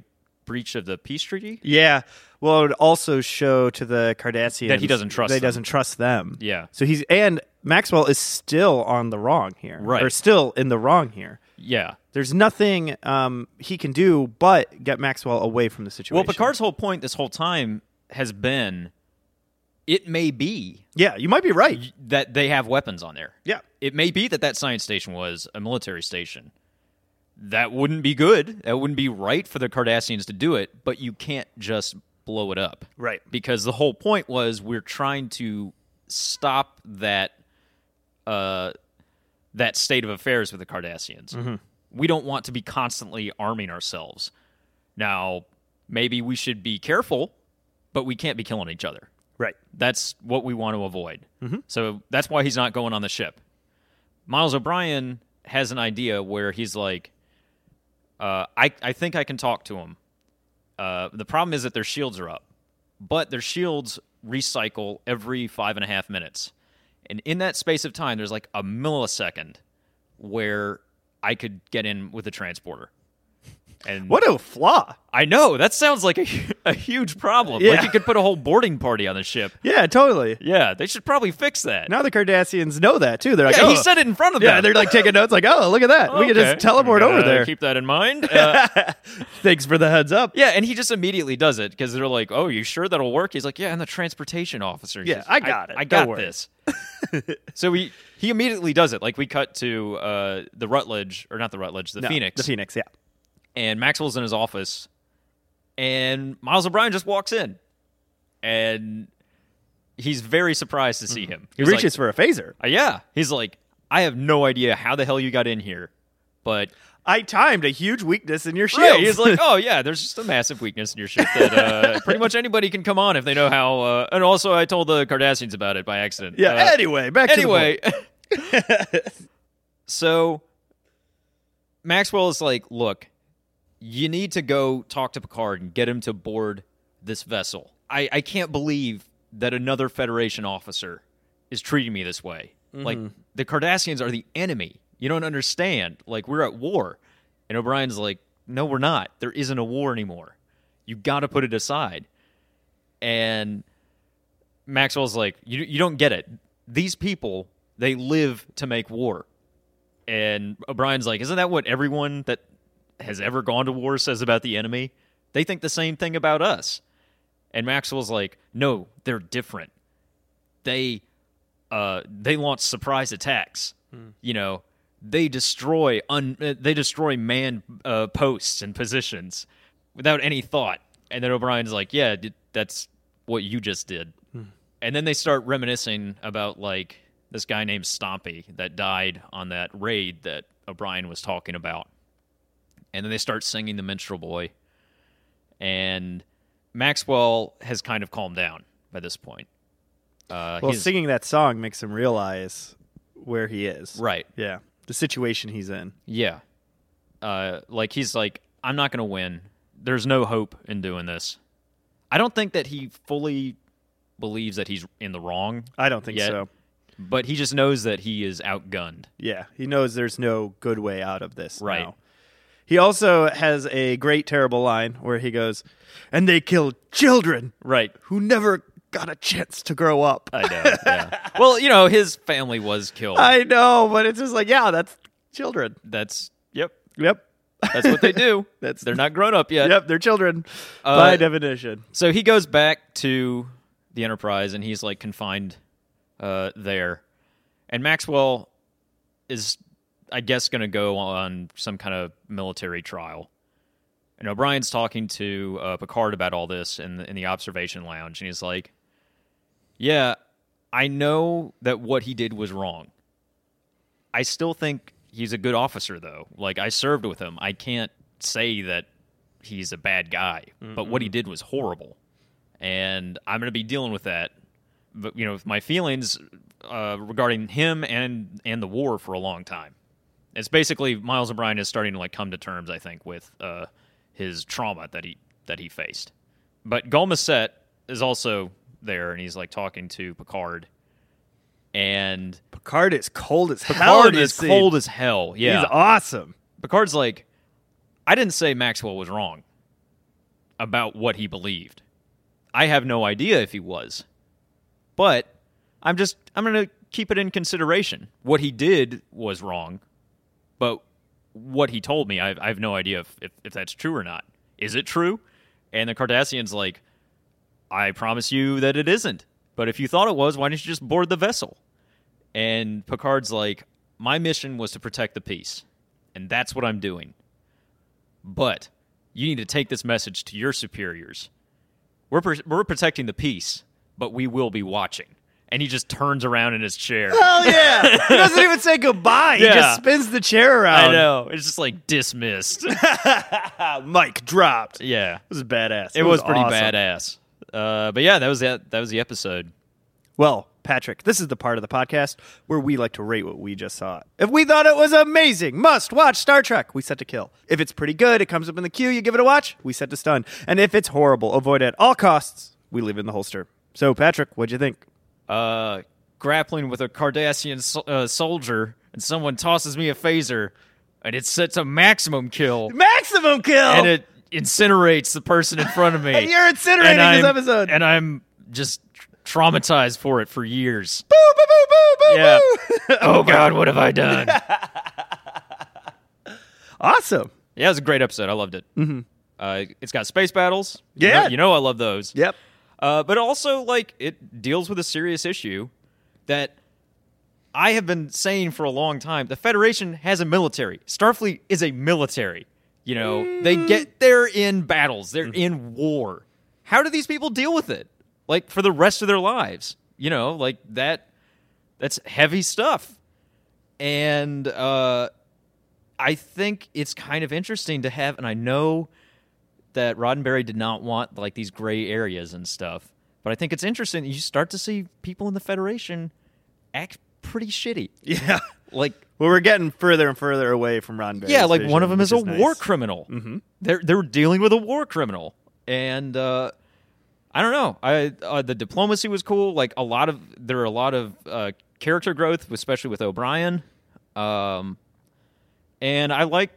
S2: breach of the peace treaty.
S4: Yeah. Well, it would also show to the Cardassians
S2: That he doesn't trust
S4: That he
S2: them.
S4: doesn't trust them.
S2: Yeah.
S4: So he's and Maxwell is still on the wrong here.
S2: Right.
S4: Or still in the wrong here.
S2: Yeah.
S4: There's nothing um, he can do but get Maxwell away from the situation.
S2: Well, Picard's whole point this whole time has been, it may be
S4: Yeah, you might be right.
S2: that they have weapons on there.
S4: Yeah.
S2: It may be that that science station was a military station. That wouldn't be good. That wouldn't be right for the Cardassians to do it, but you can't just blow it up.
S4: Right.
S2: Because the whole point was we're trying to stop that uh that state of affairs with the Cardassians. We don't want to be constantly arming ourselves. Now, maybe we should be careful, but we can't be killing each other.
S4: Right.
S2: That's what we want to avoid.
S4: Mm-hmm.
S2: So that's why he's not going on the ship. Miles O'Brien has an idea where he's like, uh, I, I think I can talk to him. Uh, the problem is that their shields are up, but their shields recycle every five and a half minutes. And in that space of time, there's like a millisecond where I could get in with a transporter. And
S4: What a flaw.
S2: I know that sounds like a, [LAUGHS] hu- a huge problem. Like
S4: Yeah.
S2: you could put a whole boarding party on the ship.
S4: Yeah, totally.
S2: Yeah, they should probably fix that.
S4: Now the Cardassians know that too. They're like,
S2: yeah,
S4: oh.
S2: he said it in front of them.
S4: yeah, they're like taking notes, like, oh, look at that. We can
S2: Okay.
S4: just teleport
S2: Gotta
S4: over there.
S2: Keep that in mind. Uh,
S4: [LAUGHS] Thanks for the heads up.
S2: yeah, and he just immediately does it because they're like, "Oh, you sure that'll work?" He's like, "Yeah, I'm the transportation officer." He
S4: Yeah,
S2: says,
S4: I got it.
S2: I
S4: Don't
S2: got
S4: worry." [LAUGHS]
S2: this. so he he immediately does it. Like we cut to uh, the Rutledge, or not the Rutledge, the
S4: No,
S2: Phoenix,
S4: The Phoenix, yeah.
S2: and Maxwell's in his office, and Miles O'Brien just walks in, and he's very surprised to see him.
S4: Mm-hmm. He
S2: He's like,
S4: reaches for a phaser.
S2: Uh, yeah. He's like, I have no idea how the hell you got in here, but
S4: I timed a huge weakness in your shield.
S2: yeah, he's like, oh yeah, there's just a massive weakness in your ship that uh, pretty much anybody can come on if they know how. Uh, and also, I told the Cardassians about it by accident.
S4: yeah.
S2: Uh,
S4: anyway, back
S2: anyway, [LAUGHS] so Maxwell is like, look, you need to go talk to Picard and get him to board this vessel. I, I can't believe that another Federation officer is treating me this way. Like the Cardassians are the enemy. You don't understand. Like we're at war. And O'Brien's like, no, we're not. There isn't a war anymore. You got to put it aside. And Maxwell's like, you, you don't get it. These people, they live to make war. And O'Brien's like, isn't that what everyone that has ever gone to war says about the enemy? They think the same thing about us. And Maxwell's like, no, they're different. They uh, they launch surprise attacks. You know, they destroy un- uh, they destroy manned uh, posts and positions without any thought. And then O'Brien's like, "Yeah, d- that's what you just did." And then they start reminiscing about like this guy named Stompy that died on that raid that O'Brien was talking about. And then they start singing the Minstrel Boy. And Maxwell has kind of calmed down by this point. Uh,
S4: Well,
S2: he's-
S4: singing that song makes him realize where he is.
S2: right.
S4: Yeah. The situation he's in.
S2: Yeah. Uh, like he's like, I'm not gonna win. There's no hope in doing this. I don't think that he fully believes that he's in the wrong,
S4: I don't think
S2: Yet.
S4: so.
S2: but he just knows that he is outgunned.
S4: Yeah. He knows there's no good way out of this.
S2: Right.
S4: now. He also has a great, terrible line where he goes, and they killed children
S2: Right.
S4: who never got a chance to grow up.
S2: I know. yeah. Well, you know, his family was killed.
S4: I know, but it's just like, yeah, that's children.
S2: That's yep.
S4: Yep.
S2: That's what they do.
S4: [LAUGHS] That's-
S2: they're not grown up yet.
S4: Yep, they're children
S2: Uh,
S4: by definition.
S2: So he goes back to the Enterprise and he's like confined uh, there. And Maxwell is, I guess, going to go on some kind of military trial. And O'Brien's talking to uh, Picard about all this in the, in the observation lounge. And he's like, Yeah, I know that what he did was wrong. I still think he's a good officer, though. Like, I served with him. I can't say that he's a bad guy, but what he did was horrible. And I'm going to be dealing with that. But, you know, with my feelings uh, regarding him and and the war for a long time. It's basically Miles O'Brien is starting to like come to terms, I think, with uh, his trauma that he that he faced. But Golmaset is also there, and he's like talking to Picard, and
S4: Picard is cold as hell.
S2: Picard
S4: in this
S2: is
S4: scene.
S2: cold as hell. Yeah,
S4: He's awesome.
S2: Picard's like, I didn't say Maxwell was wrong about what he believed. I have no idea if he was. But I'm just, I'm going to keep it in consideration. What he did was wrong, but what he told me, I, I have no idea if, if, if that's true or not. Is it true? And the Cardassian's like, I promise you that it isn't. But if you thought it was, why didn't you just board the vessel? And Picard's like, My mission was to protect the peace, and that's what I'm doing. But you need to take this message to your superiors. We're, pr- we're protecting the peace, but we will be watching. And he just turns around in his chair.
S4: Hell [LAUGHS] yeah! he doesn't even say goodbye. He
S2: Yeah.
S4: just spins the chair around.
S2: [LAUGHS] I know. It's just like dismissed. [LAUGHS]
S4: Ah, mic dropped. It
S2: yeah.
S4: was badass.
S2: It was pretty
S4: awesome.
S2: badass. Uh, but yeah, that was that. That was the episode.
S4: Well, Patrick, this is the part of the podcast where we like to rate what we just saw. If we thought it was amazing, must watch Star Trek, we set to kill. If it's pretty good, it comes up in the queue, you give it a watch, we set to stun. And if it's horrible, avoid at all costs, we leave it in the holster. So, Patrick, what'd you think?
S2: Uh, grappling with a Cardassian so- uh, soldier, and someone tosses me a phaser, and it sets a maximum kill,
S4: Maximum kill!
S2: and it incinerates the person in front of me.
S4: [LAUGHS] And you're incinerating
S2: And
S4: this
S2: I'm-
S4: episode.
S2: and I'm just traumatized for it for years.
S4: boo, boo, boo, boo, boo,
S2: Yeah.
S4: [LAUGHS] boo!
S2: oh God, what have I done? yeah,
S4: [LAUGHS] awesome.
S2: it was a great episode. I loved it. Mm-hmm. Uh, it's got space battles.
S4: Yeah.
S2: you know, you know I love those.
S4: Yep.
S2: uh, but also like it deals with a serious issue that I have been saying for a long time. The Federation has a military. Starfleet is a military. You know, they get they're in battles. They're in war. How do these people deal with it? Like for the rest of their lives? You know, like that. That's heavy stuff. And uh, I think it's kind of interesting to have, and I know that Roddenberry did not want like these gray areas and stuff. But I think it's interesting that you start to see people in the Federation act pretty shitty.
S4: Yeah. [LAUGHS]
S2: Like
S4: Well, we're getting further and further away from Ron
S2: yeah, like one of them is a war
S4: nice.
S2: criminal. They're they're dealing with a war criminal, and uh, I don't know. I uh, the diplomacy was cool. Like a lot of there are a lot of uh, character growth, especially with O'Brien. Um, and I like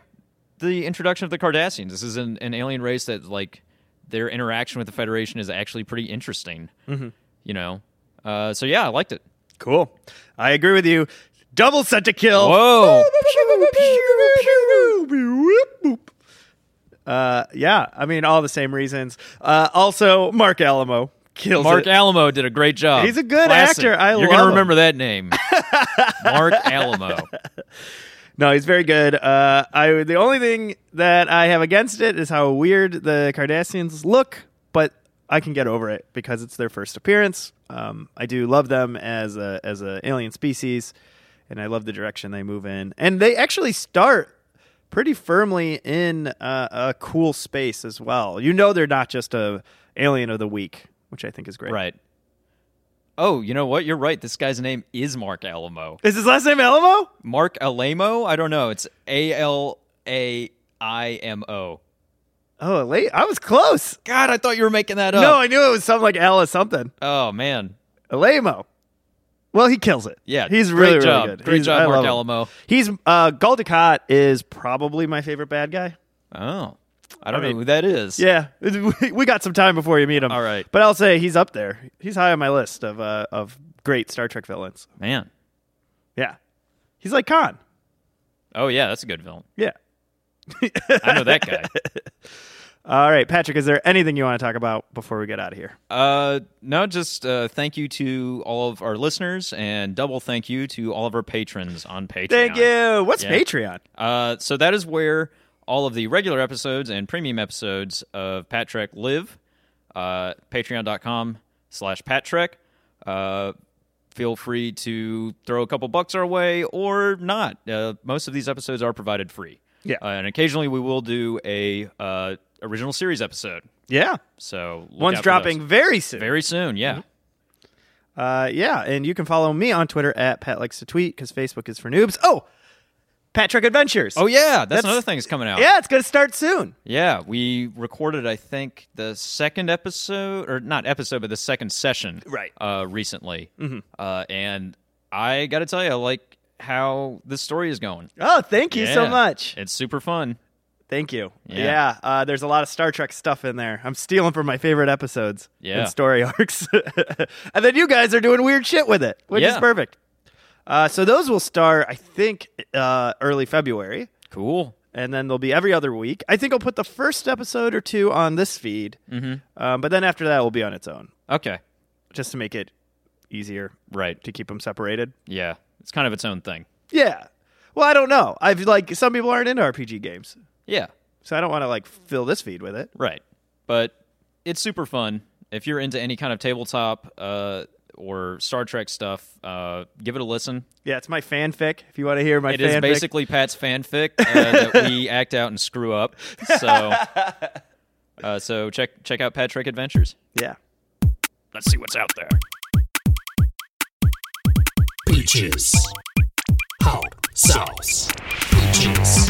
S2: the introduction of the Cardassians. This is an, an alien race that like their interaction with the Federation is actually pretty interesting. You know, uh, so yeah, I liked it.
S4: Cool. I agree with you. Double set to kill.
S2: Whoa.
S4: Uh, yeah, I mean, all the same reasons. Uh, also, Mark Alamo kills
S2: Mark
S4: it.
S2: Alamo did a great job.
S4: He's a good actor. I
S2: You're
S4: love
S2: gonna
S4: him.
S2: remember that
S4: [LAUGHS]
S2: name, Mark Alamo.
S4: no, he's very good. Uh, I the only thing that I have against it is how weird the Cardassians look, but I can get over it because it's their first appearance. Um, I do love them as a as a alien species, and I love the direction they move in. And they actually start pretty firmly in uh, a cool space as well. You know, they're not just a alien of the week, which I think is great.
S2: Right. Oh, you know what? You're right. This guy's name is Mark Alamo.
S4: Is his last name Alamo?
S2: Mark Alamo. I don't know. It's A L A I M O.
S4: Oh, late. I was close.
S2: God, I thought you were making that up.
S4: No, I knew it was something like Al or something.
S2: oh man.
S4: Alamo. Well, he kills it.
S2: Yeah,
S4: he's
S2: great
S4: really
S2: job.
S4: really good.
S2: Great
S4: He's-
S2: job,
S4: I
S2: Mark
S4: love him.
S2: Alamo.
S4: He's uh, Gul Dukat is probably my favorite bad guy.
S2: Oh, I don't
S4: mean-
S2: know who that is.
S4: Yeah, [LAUGHS] we got some time before you meet him.
S2: All right.
S4: but I'll say he's up there. He's high on my list of uh, of great Star Trek villains.
S2: Man.
S4: Yeah, he's like Khan.
S2: Oh yeah, that's a good film.
S4: Yeah,
S2: I know that
S4: [LAUGHS]
S2: guy.
S4: All right, Patrick, is there anything you want to talk about before we get out of here?
S2: Uh, no, just uh, thank you to all of our listeners, and double thank you to all of our patrons on Patreon.
S4: Thank you. What's
S2: Yeah.
S4: Patreon?
S2: Uh, so that is where all of the regular episodes and premium episodes of Pat Trek live. Uh, Patreon.com slash Pat Trek. Uh, feel free to throw a couple bucks our way or not. Uh, most of these episodes are provided free.
S4: Yeah.
S2: Uh, and occasionally we will do a uh, original series episode.
S4: Yeah.
S2: So look out
S4: One's
S2: for
S4: dropping Mm-hmm.
S2: those.
S4: very soon.
S2: very soon. Yeah.
S4: Uh, yeah, and you can follow me on Twitter at Pat likes to tweet because Facebook is for noobs. Oh, Pat Trek Adventures.
S2: Oh yeah, that's,
S4: That's-
S2: another thing that's coming out.
S4: yeah, it's gonna start soon.
S2: Yeah, we recorded I think the second episode or not episode but the second session
S4: Right. Mm-hmm.
S2: uh recently. Uh and I got to tell you I like how this story is going.
S4: Oh, thank you so
S2: Yeah.
S4: much.
S2: It's super fun.
S4: Thank you. Yeah,
S2: Yeah.
S4: uh, there's a lot of Star Trek stuff in there. I'm stealing from my favorite episodes
S2: Yeah.
S4: and story [LAUGHS] arcs, and then you guys are doing weird shit with it, which is
S2: Yeah.
S4: perfect. Uh, so those will start, I think, uh, early February.
S2: Cool.
S4: and then they'll be every other week. I think I'll put the first episode or two on this feed,
S2: Mm-hmm.
S4: um, but then after that, it will be on its own,
S2: Okay.
S4: just to make it easier
S2: Right.
S4: to keep them separated.
S2: Yeah. It's kind of its own thing.
S4: Yeah. Well, I don't know. I've like some people aren't into RPG games,
S2: Yeah.
S4: so I don't want to like fill this feed with it.
S2: Right. But it's super fun. If you're into any kind of tabletop uh or Star Trek stuff, uh give it a listen.
S4: Yeah, it's my fanfic. If you want to hear my
S2: It
S4: fanfic,
S2: is basically Pat's fanfic uh, that we act out and screw up. So, uh, so check check out Pat Trek Adventures.
S4: yeah.
S2: Let's see what's out there.
S5: Peaches. Hot sauce. Peaches.